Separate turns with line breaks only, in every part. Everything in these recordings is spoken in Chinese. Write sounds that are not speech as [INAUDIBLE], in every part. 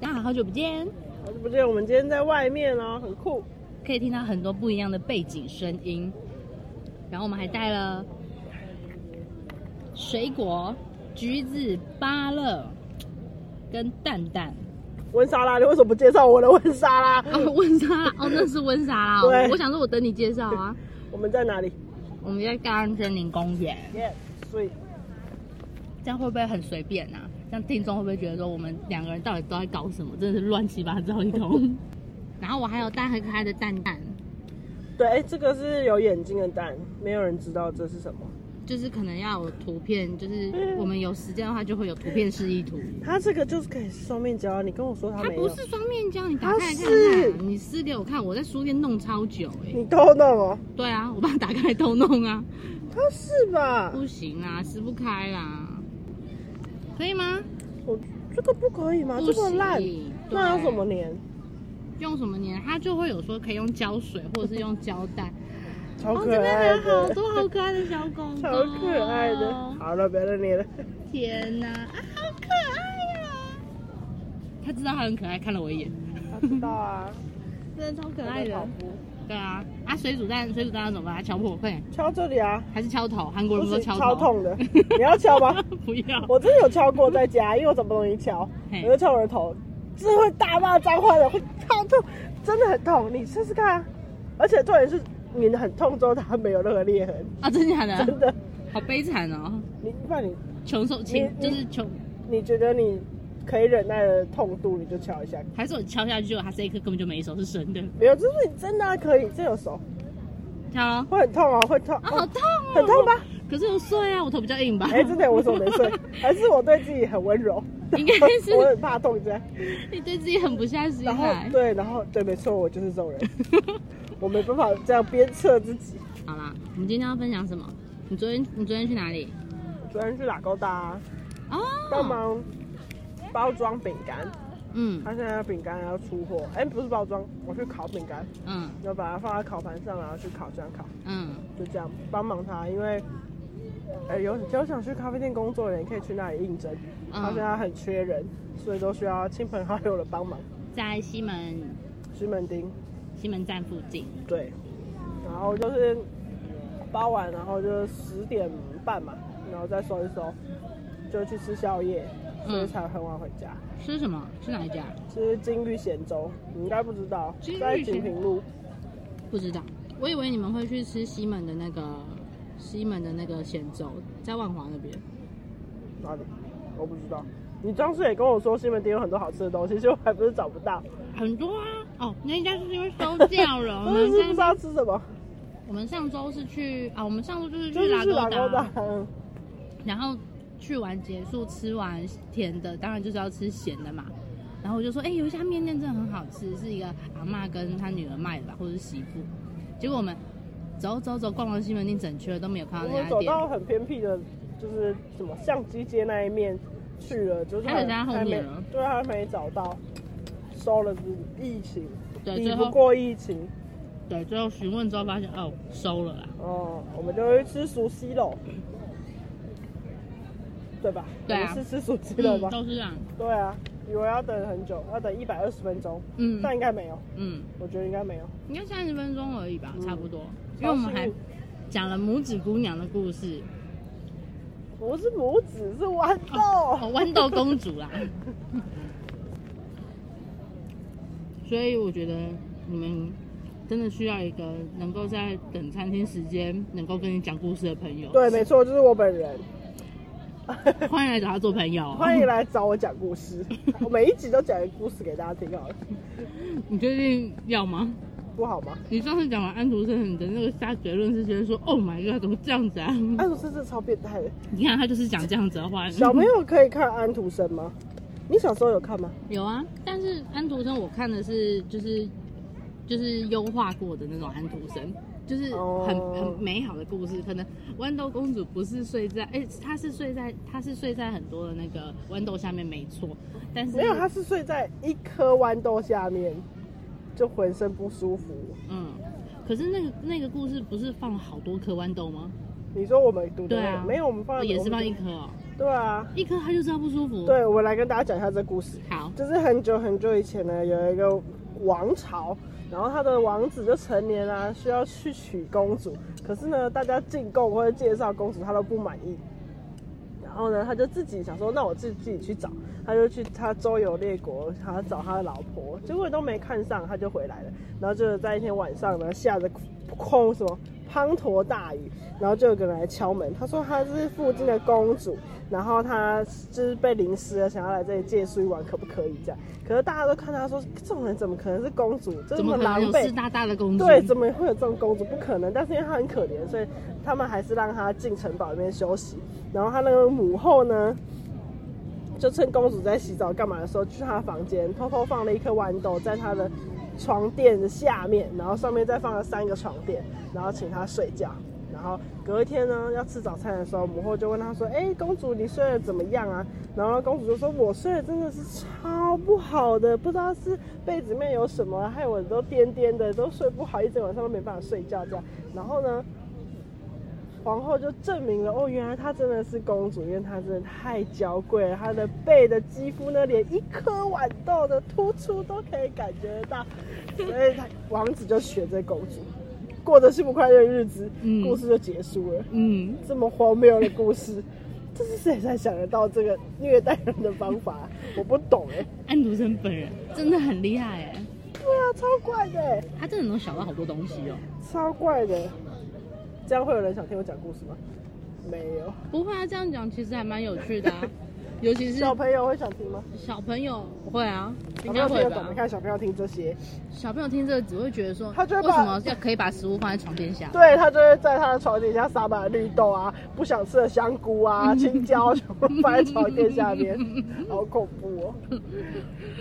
大家好久不见，
好久不见，我们今天在外面哦，很酷。
可以听到很多不一样的背景声音，然后我们还带了水果、橘子、芭乐跟蛋蛋。
温莎拉，你为什么不介绍我的温莎拉？
啊，温莎拉 [LAUGHS] 哦，那是温莎拉、哦
对。
我想说，我等你介绍啊。
我们在哪里
[LAUGHS] 我们在大安森林公园，
？Yes，所以
这样会不会很随便啊？这样听众会不会觉得说我们两个人到底都在搞什么？真的是乱七八糟一通。 [LAUGHS] 然后我还有带很可爱的蛋蛋，
对，哎，这个是有眼睛的蛋，没有人知道这是什么。
就是可能要有图片，就是我们有时间的话就会有图片示意图。
它这个就是可以是双面胶，你跟我说它
它
没
不
有，
是双面胶，你打开来看
它是
看，你撕给我看，我在书店弄超久哎、
你偷弄哦？
对啊，我把它打开来偷弄啊，
它是吧？
不行啦，撕不开啦，可以吗？
我这个不可以吗？
不
这么
行
烂，
对
那要怎么粘？
用什么粘？它就会有说可以用胶水或者是用胶带。
超
哦，
可
这边
爱
还有好，
的
多哦好可爱的小狗狗，
超可爱的。好了，不要再捏了。
天哪，啊，好可爱呀、它知道它很可爱，看了我一眼，
他知道 [LAUGHS] 啊，
真的超可
可
爱的。对啊，啊，水煮蛋，水煮蛋要怎么把啊它敲破？快点，
敲这里啊，
还是敲头？韩国
不
人说
是
敲头。
超痛的，你要敲吗？
[LAUGHS] 不要。
[LAUGHS] 我真的有敲过在家，因为我找不到东西敲
嘿，
我就敲我的头，是会大骂脏话的，会超痛，真的很痛，你试试看、啊。而且重点是，你很痛之后它没有任何裂痕，
啊，真的假的？
真的。
好悲惨哦，
你不然你
穷受轻
你
就是穷，
你觉得你可以忍耐的痛度，你就敲一下。
还是我敲下去，结果它这一颗根本就没手，是生的。
没有，就是你真的啊可以，这有手
敲咯
会很痛啊，会痛，
啊，好痛哦，
很痛？吧？
可是我碎啊，我头比较硬吧？
哎、真的我手没睡，还是我对自己很温柔，
应该是
[LAUGHS] 我很怕痛这样。
[LAUGHS] 你对自己很不下心
然后
来。
对，然后对，没错，我就是这种人，我没办法这样鞭策自己。
[LAUGHS] 好啦，我们今天要分享什么？你昨天你昨天去哪里？
昨天去打勾搭，帮
哦，
忙包装饼干，
嗯
他现在饼干要出货，哎、不是包装，我去烤饼干，
嗯
要把它放在烤盘上，然后去烤箱烤，
嗯，
就这样帮忙他，因为。哎、有有想去咖啡店工作的人可以去那里应征，
嗯
他现在很缺人，所以都需要亲朋好友的帮忙。
在西门
西门町，
西门站附近。
对，然后就是包完，然后就十点半嘛，然后再收一收，就去吃宵夜，所以
嗯
才很晚回家。
吃什么？吃哪一家？
是金玉贤粥，你应该不知道
金玉，
在锦屏路。
不知道，我以为你们会去吃西门的那个西门的那个咸粥，在万华那边。
哪里？我不知道。你当时也跟我说西门町有很多好吃的东西，结果还不是找不到，
很多啊，哦，那应该是因为收掉 [LAUGHS] 了。我
[LAUGHS] 真
们
的是不知
上
道吃什么，
我们上周是去啊，我们上周就是
就
去
是
拉
去老
勾
高
达，
的。
然后去完结束吃完甜的，当然就是要吃咸的嘛。然后我就说，哎、有一家面店真的很好吃，是一个阿嬷跟她女儿卖的吧，或者是媳妇。结果我们走走走，逛完西门町整圈都没有看到
我
那
们
家
走
店。
到很偏僻的，就是什么相机街那一面去了，就是
还有在后
还没
面啊
对，还没找到，收了疫情，
对，
抵
最
不
后
过疫情。
对最后询问之后发现，哦，收了啦。
哦、我们就去吃熟悉肉，对吧？
对啊
我们是吃熟悉肉
嗯，
吧？
都是这样。
对啊，以为要等很久，要等一百二十分钟，
嗯
但应该没有，
嗯，
我觉得应该没有。
应该三十分钟而已吧，
嗯
差不多。因为我们
超
还
幸运
讲了拇指姑娘的故事，
不是拇指，是豌豆。
哦，豌豆公主啦。所以我觉得你们真的需要一个能够在等餐厅时间能够跟你讲故事的朋友。
[LAUGHS] 对，没错，就是我本人。 [LAUGHS]
欢迎来找他做朋友。
欢迎。来找我讲
[LAUGHS]
故事，我每一集都讲一个故事给大家听好了，
你确定要吗？
不好吗？
你上次讲完安徒生，你的那个下结论是觉得说，Oh my god，怎么这样子啊？
安徒生真的超变态的。
你看他就是讲这样子的话。
小朋友可以看安徒生吗？你小时候有看吗？
[LAUGHS] 有啊，但是安徒生我看的是就是就是优化过的那种安徒生，就是很、
哦
很美好的故事。可能豌豆公主不是睡在，哎、她是睡在她是睡在很多的那个豌豆下面，没错。但是
没有，他是睡在一颗豌豆下面，就浑身不舒服。
嗯，可是那个那个故事不是放了好多颗豌豆吗？
你说我们读的
对
那
啊
个没有，我们放
哦
在
也是
我
放
们
一颗哦，
对啊，
一颗他就知道不舒服。，
对我来跟大家讲一下这故事。
好，
就是很久很久以前呢，有一个王朝，然后他的王子就成年啦、需要去娶公主。可是呢，大家进贡或者介绍公主，他都不满意。然后呢，他就自己想说，那我自己自己去找。他就去他周游列国，他找他的老婆，结果都没看上，他就回来了。然后就在一天晚上呢，下着空什么滂沱大雨，然后就有个人来敲门，他说他是附近的公主，然后他就是被淋湿了，想要来这里借宿一晚，可不可以这样？可是大家都看他说，这种人怎么可能是公主？这
怎么
么
可能
狼
有
狈
湿，大大的公主？
对，怎么会有这种公主？不可能。但是因为她很可怜，所以他们还是让她进城堡里面休息。然后她那个母后呢，就趁公主在洗澡干嘛的时候，去她的房间偷偷放了一颗豌豆在她的床垫的下面，然后上面再放了三个床垫，然后请她睡觉。然后隔一天呢，要吃早餐的时候，母后就问她说：“哎，公主，你睡得怎么样啊？”然后公主就说：“我睡得真的是超不好的，不知道是被子里面有什么，害我都颠颠的，都睡不好，一整晚上都没办法睡觉这样。”然后呢，皇后就证明了哦，原来她真的是公主，因为她真的太娇贵了，她的背的肌肤呢，连一颗豌豆的突出都可以感觉得到，所以她王子就学这公主，过着幸福快乐的日子，
嗯
故事就结束了。
嗯，
这么荒谬的故事，这是谁才想得到这个虐待人的方法啊、我不懂哎、
安徒生本人真的很厉害哎，
对啊，超怪的欸、
他真的能想到好多东西哦。
超怪的。这样会有人想听我讲故事吗？没有。
不会啊，这样讲其实还蛮有趣
[LAUGHS]
的、啊，尤其是
小朋友会想听吗？
小朋友会啊，应
小朋
该
友听
会
得
吧
懂？你？看小朋友听这些，
小朋友听这个只会觉得说，哦
他就会
为
把
什么要可以把食物放在床垫下？
对他就会在他的床底下撒满绿豆啊，不想吃的香
[LAUGHS]
菇啊、青椒全部放在床垫下面，好恐怖哦，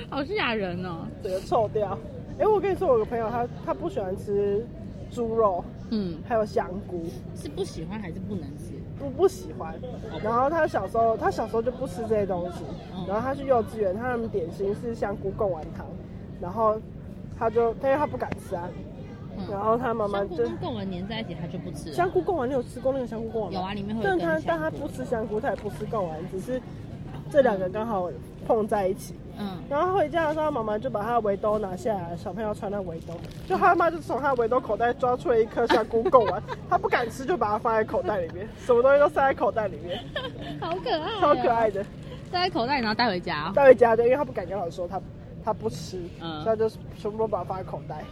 好吓人哦。
整个臭掉。哎、我跟你说，我有个朋友他他不喜欢吃猪肉，
嗯，
还有香菇，
是不喜欢还是不能吃？
不不喜欢。然后他小时候，他小时候就不吃这些东西。然后他去幼稚园，他们点心是香菇贡丸汤，然后他就，因为他不敢吃啊，
嗯，
然后他妈妈
香菇
就
跟贡丸粘在一起，他就不吃了。
香菇贡丸，你有吃过那个香菇贡丸吗？
有啊，里面会有
但
一
他
根
但他
香菇
不吃香菇，他也不吃贡丸，只是这两个刚好碰在一起。
嗯，
然后他回家的时候，他妈妈就把他的围兜拿下来，小朋友穿的围兜，就他妈就从他的围兜口袋抓出了一颗香菇贡丸，他不敢吃，就把它放在口袋里面，什么东西都塞在口袋里面，
[LAUGHS] 好可爱、
超可爱，的。
塞在口袋，然后带回家、啊哦。
[LAUGHS] 带回家的，因为他不敢跟老师说他他不吃，
嗯
所以他就全部都把它放在口袋。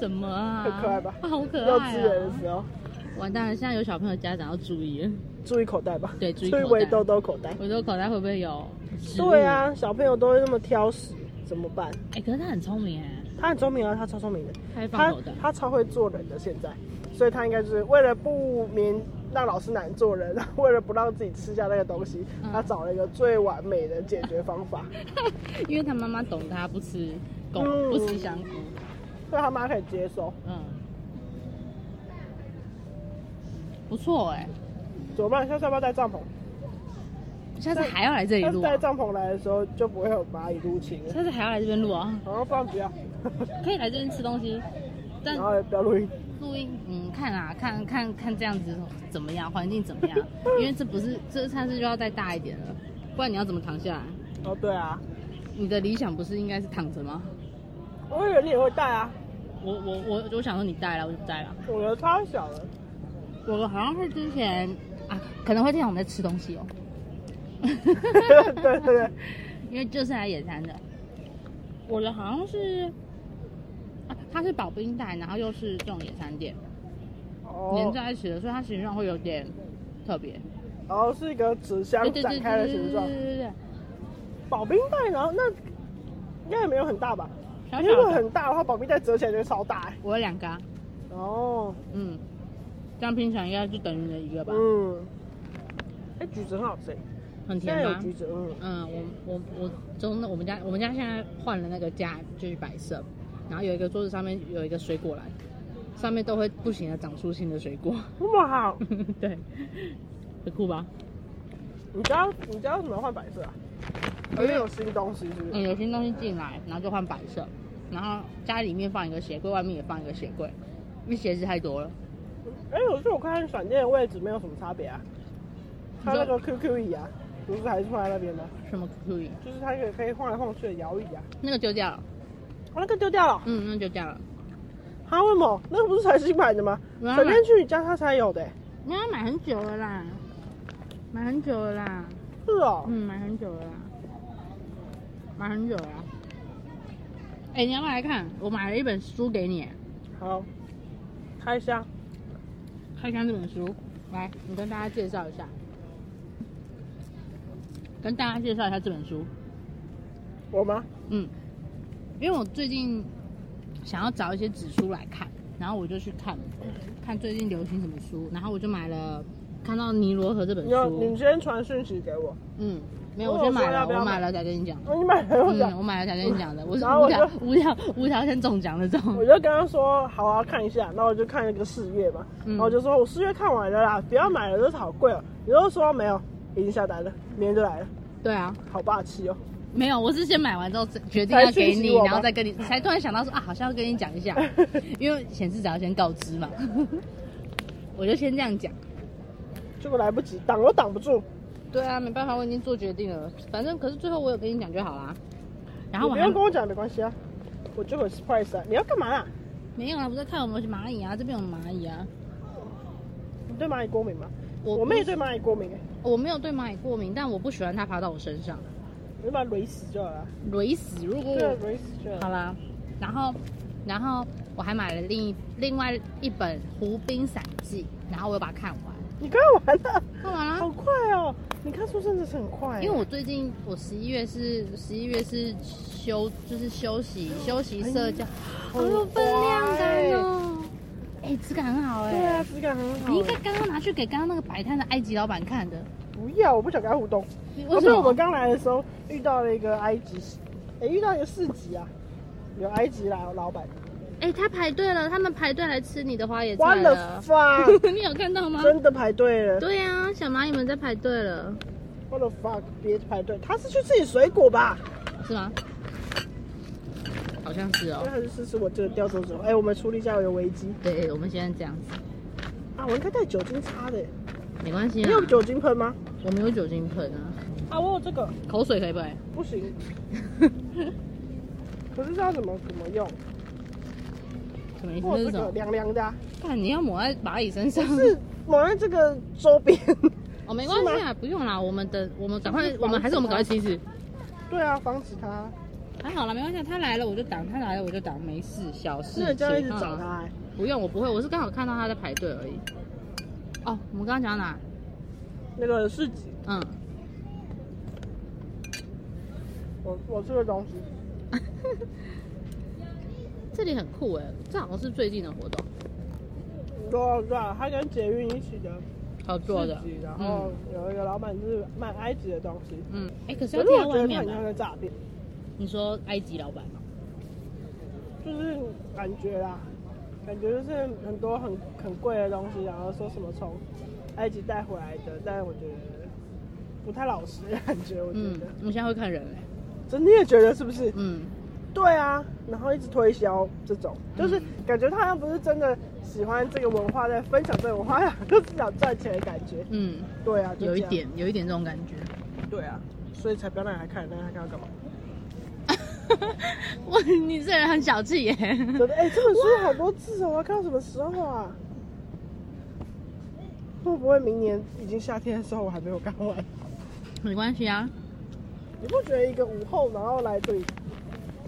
什么啊？
很可爱吧
啊好可
幼
爱、
稚园的
哦！
时候，
完蛋了，现在有小朋友家长要注意了，
注意口袋吧，
对注意
注
口
意
袋
围兜兜口袋。
我的口袋会不会有？
对，啊，小朋友都会那么挑食，怎么办？
哎、可是他很聪明哎，
他很聪明啊，他超聪明的，
他会放
他
口袋。
他超会做人的，现在，所以他应该就是为了不免让老师难做人，为了不让自己吃下那个东西，
嗯
他找了一个最完美的解决方法，
[LAUGHS] 因为他妈妈懂他不吃狗，
嗯
不吃香菇，
所以他妈可以接受。
嗯，不错哎、
怎么办？下次要不要带帐篷？
下次还要来这里
下
录、
次
啊
带，帐篷来的时候就不会有蚂蚁入侵了。
下次还要来这边录啊，
然后不然不要，
可以来这边吃东西，但
然后也不要录音。
录音，嗯，看啊，看看看这样子怎么样，环境怎么样，因为这不是这下次就要再大一点了，不然你要怎么躺下来？
哦，对啊，
你的理想不是应该是躺着吗？
我以为你也会带啊，
我我我我想说你带了，我就不带了。
我的超小了。
我好像是之前啊，可能会这样我们在吃东西哦。
对对对，
因为就是来野餐的。我的好像是，啊，它是保冰袋，然后又是这种野餐垫连
哦，
在一起的，所以它形状会有点特别。
然后是一个纸箱
对对
展
对对
开的
对
形
对
状，
对对，
保冰袋，然后那应该也没有很大吧？
小
如果
小的，
很大的话，保冰袋折起来就会超大、欸。
我有两个啊，
哦，
嗯，这样拼起来应该就等于你的一个吧，
嗯，哎、橘子很好吃欸，
很
现在
甜
有
吗？
橘子，嗯，
嗯，我我我中我们家我们家现在换了那个家就是摆设，然后有一个桌子上面有一个水果篮，上面都会不停的长出新的水果， [LAUGHS]
那么好。
对，很酷吧？
你知道你知道怎么换摆设啊？因为有新东西是不是？
嗯，有新东西进来，然后就换摆设，然后家里面放一个鞋柜，外面也放一个鞋柜，因为鞋子太多了。
哎、哎、我觉得我看闪电的位置没有什么差别啊，它那个 QQ 椅啊，不是还是放在那边吗？
什么 QQ 椅？
就是它也可以晃来晃去的摇椅啊，
那个丢掉了，
我、那个丢掉了，
嗯，那就掉了。
哈为什么？那个不是才新买的吗？
我要
闪
买
电去你家它才有的、欸，
没有买很久了啦，买很久了啦，
是哦，
嗯，买很久了啦，买很久了啦。哎、你要不要来看？我买了一本书给你，
好，开箱，
看一下这本书。来，你跟大家介绍一下，跟大家介绍一下这本书。
我吗？
嗯，因为我最近想要找一些纸书来看，然后我就去看，看最近流行什么书，然后我就买了，看到《尼罗河》这本
你要你
书。
先传讯息给我，
嗯，没有，
我
我
有
先买
说要
了，
不要
我
买
买了才跟你讲。
哦你买了我讲
嗯，，我买了才跟你讲的，我是
然后我
无条无条无条件中奖那种
我。就跟他说好啊，看一下，然后我就看了一个四月嘛，
嗯
然后我就说我四月看完了啦，不要买了，这好贵哦。你就说没有，已经下单了，明天就来了，
对啊，
好霸气哦。
没有，我是先买完之后决定要给
才讯息
你
我，吧
然后再跟你，才突然想到说啊，好像要跟你讲一 [LAUGHS] 下，因为显示者要先告知嘛， [LAUGHS] 我就先这样讲。
结果来不及，挡都挡不住，
对啊，没办法，我已经做决定了。反正可是最后我有跟你讲就好啦。然后
你
我
不
还
用跟我讲没关系啊，我就很 surprise 啊。你要干嘛啦？
没有啊，我在看有没有蚂蚁啊，这边有蚂蚁啊。
你对蚂蚁过敏吗？
我
我妹对蚂蚁过敏、欸，
我没有对蚂蚁过敏，但我不喜欢它爬到我身上，
你就把它雷死就好了啊，
累死。如果
对
我
啊，雷死就好
好
了。
啦，然后然后我还买了另一另外一本《湖滨散记》，然后我又把它看完，
你看完了，
看完啦
好。快哦！你看书真的是很快欸、
嗯因为我最近我十一月是十一月是休就是休息休息社
哎
交，好有分量感哦，哎，质感很好哎、
对啊，质感很好欸、
你应该刚刚拿去给刚刚那个摆摊的埃及老板看的，
不要，我不想跟他互动。
你
可
为什
是
么？
[LAUGHS] 哦我们刚来的时候遇到了一个埃及，哎、遇到一个市集啊，有埃及老老板，
哎、他排队了，他们排队来吃你的花椰
完
菜
了
了。 [LAUGHS]
fuck，
你有看到吗？
真的排队了，
对啊，小蚂蚁们在排队了，
what the fuck，别排队，他是去吃你水果吧？
是吗？好像是
因
哦
为。他是试试我这个吊手手，哎、我们处理一下我的危机
对，我们现在这样子，
啊，我应该带酒精擦的，
没关系
你
啊。
有酒精喷吗？
我没有酒精喷啊，
啊，我有这个，
口水可以喷。
不行，
[LAUGHS]
可是它怎么怎么用？
什么意思？
我
这
有
是
这
什
个
么？
凉凉的、啊，
看你要抹在蚂蚁身上。
是抹在这个周边。
哦，没关系啊，不用啦。我们等，我们赶快，我们还是我们赶快吃一吃。
对啊，防止它。
还好啦，没关系啊。他来了我就挡，他来了我就挡，没事，小事情。
那你就要一直找
嗯
它、哎
不用，我不会，我是刚好看到他在排队而已。哦，我们刚刚讲到哪？
那个市集。
嗯， [LAUGHS]
我我吃的东西，
这里很酷哎，这好像是最近的活动，
对对啊，它跟捷运一起的
好做的
市集，。然后
嗯
有一个老板就是卖埃及的东西，
嗯，哎，可是
可
要
是
贴外
我觉得它
面
很像
吧？
在诈骗，
你说埃及老板吗？
就是感觉啦，感觉就是很多很很贵的东西，然后说什么从埃及带回来的，但我觉得不太老实的感觉，我觉
嗯
得，，
我现在会看人哎。
真的你也觉得是不是？
嗯，
对啊，然后一直推销这种，就是
嗯
感觉他好像不是真的喜欢这个文化，在分享这个文化， [LAUGHS] 就是想赚钱的感觉。
嗯，
对啊，就
有一
这样
点，有一点这种感觉。
对啊，所以才不要让他看，让他看要
[LAUGHS]
干嘛？
哇，你这人很小气耶。 [LAUGHS]
真的，哎、这本书好多字哦，我要看到什么时候啊？会不会明年已经夏天的时候我还没有看完？
没关系啊，
你不觉得一个午后，然后来这里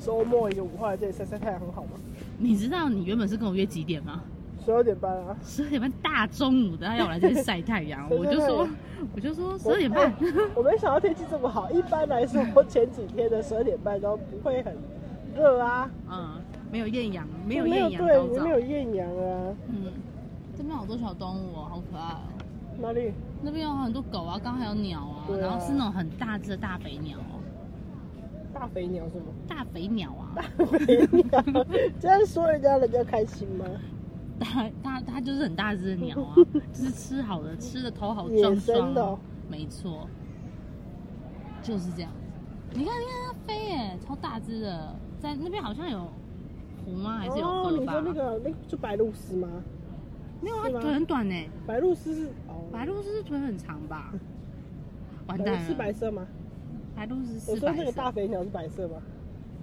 周末一个午后来这里晒晒太阳很好吗？
你知道你原本是跟我约几点吗？
十二点半啊，
十二点半大中午的，他要我来这里晒太
[LAUGHS]
阳，
晒
我
太
就说
阳，
我就说十二点半。
我没想到天气这么好。一般来说，我前几天的十二点半都不会很热啊，
嗯，没有艳阳，没
没
有
有
艳阳
对，
高
你
照。
没有艳阳啊，
嗯，这边好多小动物哦，好可爱哦。
哪里？
那边有很多狗啊，刚刚还有鸟啊，
对啊
然后是那种很大只的大肥鸟哦，
大肥鸟是吗？
大肥鸟
[LAUGHS]
啊，
肥鸟，这样说人家人家开心吗？
它它它就是很大只的鸟
[LAUGHS]
啊，就是吃好的，吃的头好
野
壮
生
壮
的
哦
哦，
没错，就是这样子。你看你看它飞耶，超大只的，在那边好像有湖吗？还是有
哦，
河
你
吧？
说那个那个就白鹭鸶吗？
没有，他
是吗
腿很短呢。
白鹭鸶是哦，
白鹭是腿很长吧？完
白
蛋
鹭是白
了，
色吗？
白鹭是
我
是
说
白
那个大
色，
肥鸟是白色吗？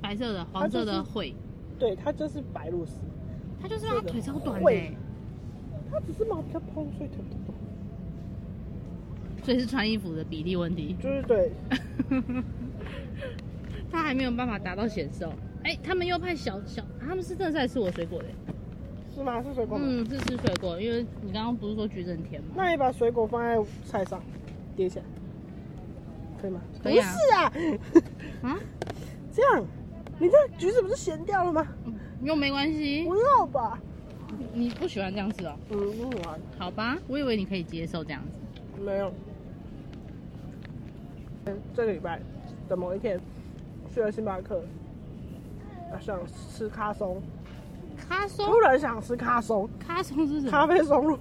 白色的黄色的喙，
对，它就是白鹭鸶，
它就是它
这个
腿超短
喙
的，
它只是毛比较蓬，所以腿不短。
所以是穿衣服的比例问题。 [LAUGHS]
就是对，
他还没有办法达到显瘦。哎、他们又派小小，啊他们是正在吃我水果的、
是吗？是水果吗？
嗯，是吃水果，因为你刚刚不是说橘子很甜吗？
那你把水果放在菜上，叠起来，可以吗？
可以啊
不是啊， [LAUGHS]
啊，
这样，你这橘子不是咸掉了吗？
嗯又没关系
不，要吧，
你不喜欢这样吃哦？
嗯，不喜欢，
好吧，我以为你可以接受这样子。
没有。这个礼拜的某一天，去了星巴克，啊想吃咖松，
咖松，
突然想吃咖松，
咖哦松是什么？
咖啡松露，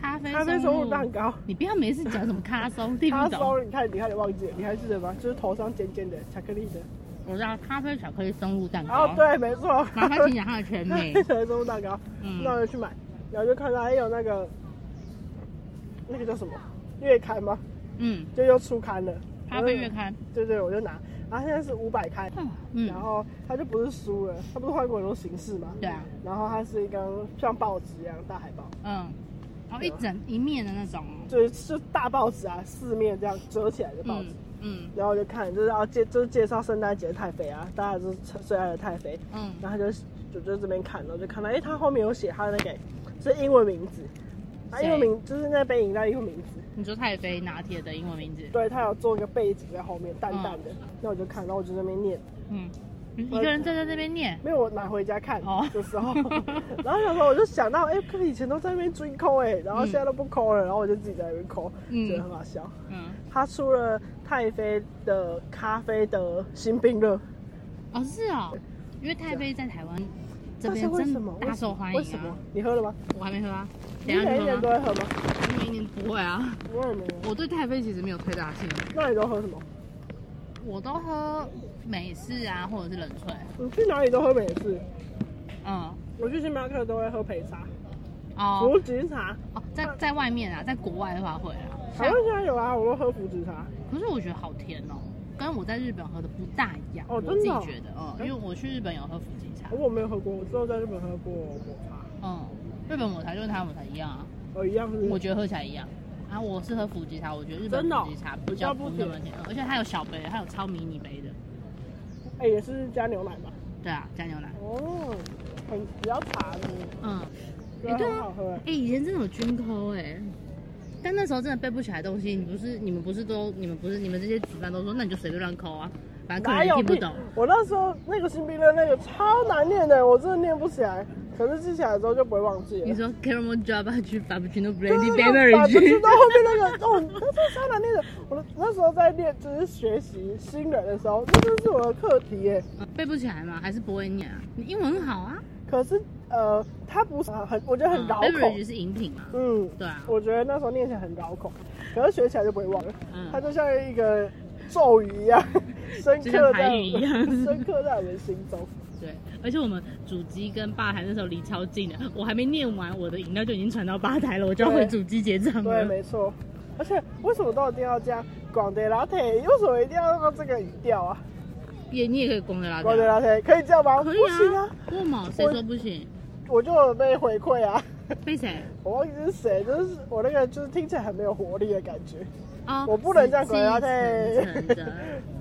咖啡
咖啡松露蛋糕。
你不要没事讲什么咖松，听
咖
不懂。
松，你看，你看，你忘记了，你还记得吗？就是头上尖尖的巧克力的。
我知道咖啡巧克力松露蛋糕。
哦，，对，没错。
嗯麻烦请讲它的全
[LAUGHS]
名
那。个中蛋糕，
嗯
那我就去买，然后就看到还有那个那个叫什么月刊吗？
嗯，
就又出刊了，
咖啡月刊。
我就。对对，我就拿，啊然后现在是五百开，
嗯，
然后它就不是书了，它不是换过很多形式嘛？
对啊，
然后它是一张像报纸一样的大海报，
嗯，然后一整一面的那种哦。
就是就大报纸啊，四面这样折起来的报纸。
嗯嗯
然后我就看，就是要介，就是介绍圣诞节的太妃啊，大家就是最爱的太妃。
嗯，
然后他就就就这边看，然后就看到，哎、他后面有写他的那个是英文名字，他
谁
英文名就是那杯饮料英文名字，
你说太妃拿铁的英文名字？
对他有做一个背景在后面，淡淡的，那我就看，然后我就在那边念，
嗯，你一个人站在这边念，
没有我拿回家看
哦
的时候， [LAUGHS] 然后想说我就想到，哎、可以前都在那边追抠哎，然后现在都不抠了，然后我就自己在那边抠，
嗯
觉得很好笑。
嗯，
他出了太妃的咖啡的新冰乐，
哦是哦，因为太妃在台湾这
但是
边
为什么
真？大受欢
为
迎
什么
啊！？
你喝了吗？
我还没喝啊，
你
等一下
每一
去
年
喝
都
吗？
会喝吗？
每一年不会啊，
我也没有。
我对太妃其实没有太大兴趣，
那你都喝什么？
我都喝美式啊，或者是冷萃。
你去哪里都喝美式，
嗯，
我去星巴克都会喝焙茶、
哦
福吉茶。
哦，在在外面啊，在国外的话会啊，
台湾现在有啊，我都喝福吉茶。
可是我觉得好甜哦，跟我在日本喝的不大一样，
哦
我
真
自己
的哦
觉得，嗯，因为我去日本有喝福吉茶，
我没有喝过，我只有在日本喝过抹茶，
嗯，日本抹茶就跟台湾抹茶一样啊。
哦，一样是。
我觉得喝起来一样。啊，我是喝普吉茶，我觉得日本
真的哦
普吉茶比较
比较
不
不
那么甜，而且它有小杯的，它有超迷你杯的。
哎、也是加牛奶吧。
对啊，加牛奶。
哦，很比较茶的，
嗯，
觉
对
得
啊
很好喝、
哎、以前真的有军抠哎、但那时候真的背不起来东西。你不是你们不是都你们不是你们这些主办都说，那你就随便乱抠啊，反正客
哪
人也
有
听不懂。
我那时候那个新兵的那个超难念的，我真的念不起来。可是记起来之后就不会忘记
你
了。
说 caramel java 去 frappuccino
对
brandy
对对把
banner
不知
去
道，后面那个哦，
[LAUGHS]
那是超难念的。我那时候在练，就是学习新人的时候，这真是我的课题耶。
嗯 [LAUGHS] 背不起来吗？还是不会念啊？你英文很好啊。
可是呃，它不是很，我觉得很
嗯
绕口
beverage。是饮品嘛。
嗯，
对啊。
我觉得那时候念起来很绕口，可是学起来就不会忘了。
嗯
它就像一个咒语一样， [LAUGHS] 深
就
刻
像
在
台
我
语一样
们深刻在我们心
[LAUGHS]
中。
对，而且我们主机跟吧台那时候离超近的，我还没念完，我的饮料就已经传到吧台了，我就要
对
回主机结账
对，
了。
没错。而且为什么都一定要加广德拉铁？为什么一定要用这个语调啊？
也你也可以光着拉
广德
的，
拉铁可以这样吗？
可以
不行啊
啊，，不嘛，谁说不行？
我就有被回馈啊。
被谁？
我忘记是谁，就是我那个，就是听起来很没有活力的感觉。
哦，
我不能这样
死
滚啊
气
对
沉沉的，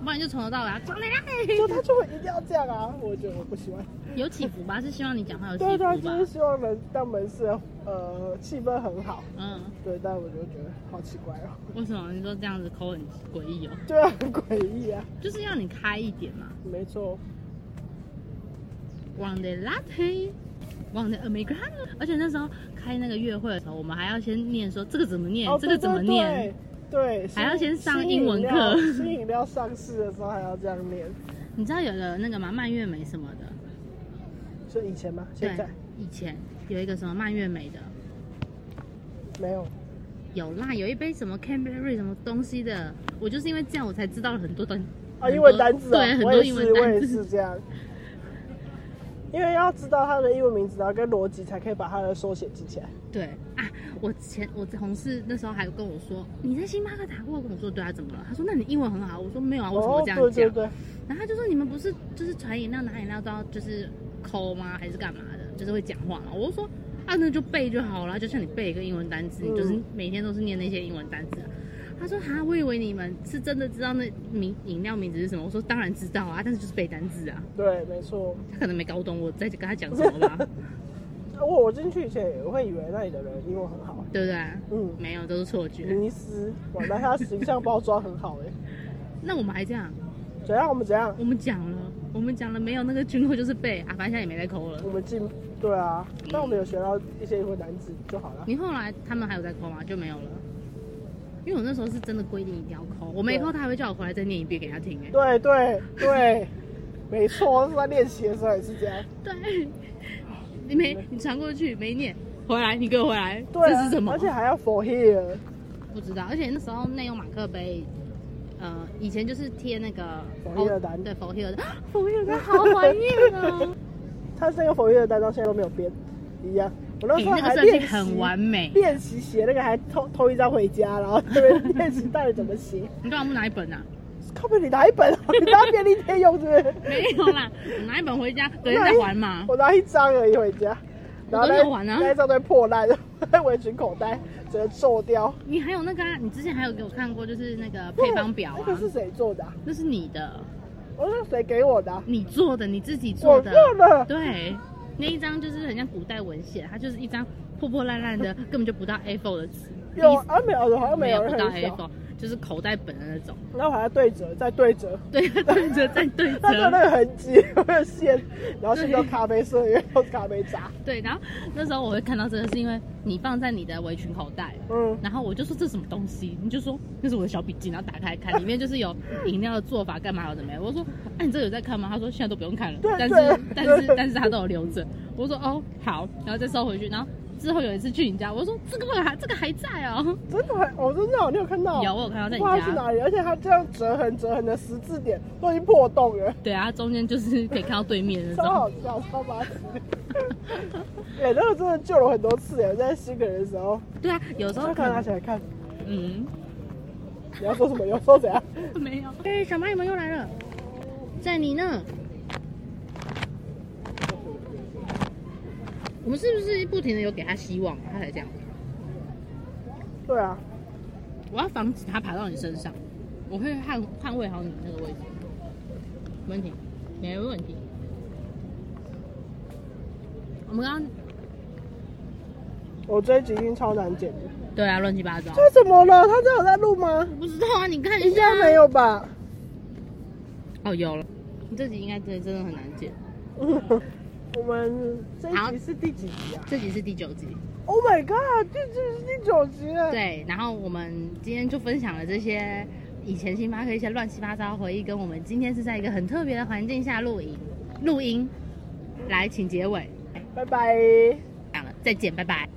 不然就从头到尾啊，光着拉
就他就会一定要这样啊，我觉得我不喜欢。
有起伏吧？是希望你讲话有起
对
伏
对，就是
吧？
希望能让门市的呃气氛很好。
嗯，
对，但我就觉得好奇怪哦，
为什么你说这样子口很诡异哦？
对啊，很诡异啊。
就是要你开一点嘛。
没错，
往的 latte，往的 americano。而且那时候开那个月会的时候，我们还要先念说这个怎么念，
哦，
这个怎么念。
对？对，对
还要先上
新
英文课
新饮料新饮料上市的时候还要这样念，
你知道有个那个嘛蔓越莓什么的，
是以前吗？现在，
以前有一个什么蔓越莓的，
没有。
有啦，有一杯什么 Cranberry 什么东西的，我就是因为这样我才知道了很多东
啊，英文单字啊
对，很
我
多
也
英 [LAUGHS]
是，
文
我也
单
是
字。
这样。因为要知道他的英文名字，然后跟逻辑才可以把他的缩写记起来。
对啊，我前我同事那时候还跟我说，你在星巴克打过工，我说对啊，怎么了？他说那你英文很好，我说没有啊，为什么
哦
这，样讲？
对对对，
然后他就说你们不是就是传饮料拿饮料都要就是抠吗？还是干嘛的？就是会讲话嘛？我就说啊，那就背就好了，就像你背一个英文单词，
嗯
你就是每天都是念那些英文单词啊、他说哈，我以为你们是真的知道那名饮料名字是什么。我说当然知道啊，但是就是背单字啊。
对，没错。
他可能没搞懂我在跟他讲什么吧，
[LAUGHS] 我我进去以前也会以为那里的人英文很好，
对不对？
嗯，
没有，都是错觉。
迷失。哇，那他形象包装很好哎、
那我们还这样，
怎样？我们怎样？
我们讲了，我们讲了没有那个军扣就是背啊，反正现在也没在抠了
我。们进对啊，但我们有学到一些英文单词就好了。
你后来他们还有在抠吗？就没有了。因为我那时候是真的规定一定要抠，我没抠，他还会叫我回来再念一遍给他听、哎，
对对对，没错，是在练习的时候也是这样。
对，你没你传过去没念，回来你给我回来，
对、
这
啊，
是什么
而？且还要啊 for here。
不知道。而且那时候内用马克杯，呃，以前就是贴那个哦
佛利尔丹
对佛希尔
[GASPS]
丹，佛希尔丹好怀念哦。
他这个 for here 的单到现在都没有变，一样。我 [LAUGHS] 那
哎
时候还
那个设计
练习，
很完美。
练习写那个还偷偷一张回家，然后这边练习到底怎么写。
你干嘛不拿一本
[LAUGHS]
啊？
靠背，你拿一本啊，你拿便利贴用是不是？
没有啦，我拿一本回家，等一下再还嘛。
我拿一张而已回家，然
我
后
都
那
有还啊
那一张都会破烂， [LAUGHS] 在围裙口袋直接皱掉。
你还有那个、啊，你之前还有给我看过，就是那个配方表
嗯那
啊
个，是谁做的、啊？
那是你的，
我说谁给我的啊、
你做的，你自己
我
做的。啊
做的。
对，那一张就是很像古代文献，它就是一张破破烂烂
[LAUGHS]
的，根本就不到 A4 的纸，
有啊，没有，好像
没
没有，
不
很
到
少。
A4，就是口袋本的那种。 [LAUGHS]
然后还要对折，再对折，
对，对折再对
它就有 [LAUGHS] 那
折。
个痕迹，有那个线，然后是用咖啡色，然后咖啡渣。
对，然后那时候我会看到这个，是因为你放在你的围裙口袋。
嗯，
然后我就说这什么东西，你就说那是我的小笔记，然后打开看，里面就是有饮料的做法干嘛有的没有。我说，哎、你这个有在看吗？他说现在都不用看了
对，
但
对
是 [LAUGHS] 但是但是他都有留着。我说哦好，然后再收回去。然后之后有一次去你家，我说这个还这个还在哦， [LAUGHS]
真的很，我真的哦有，你有看到？
有我有看到
不
在
知道它去
你家。
哪里，而且它这样折痕折痕的十字点都已经破洞了，
对啊，它中间就是可以看到对面的
超
那
好
种。
笑，超白痴。哎、那个真的救了很多次哎，在新人的时候，
对啊，有时
我
候
就
可
看拿
能
起来看，
嗯
你要说什么？有时候怎样？
没有。哎，小蚂蚁们又来了，在你呢。我们是不是不停的有给他希望，他才这样？
对啊，
我要防止它爬到你身上，我会捍捍卫好你那个位置。没问题，没问题。我们刚刚
我这一集音超难剪的。
对啊，乱七八糟。
这怎么了？他这有在录吗？
我不知道啊，你看一
应
下
该。没有吧？
哦，有了。你这集应该真的真的很难剪。
嗯 [LAUGHS] 我们这一
好
集是第几集啊
这集是第九集，
？Oh my god，这集是第九集了。
对。然后我们今天就分享了这些以前星巴克一些乱七八糟的回忆，跟我们今天是在一个很特别的环境下录影录音。来，请结尾。
拜拜。
讲了，再见，拜拜。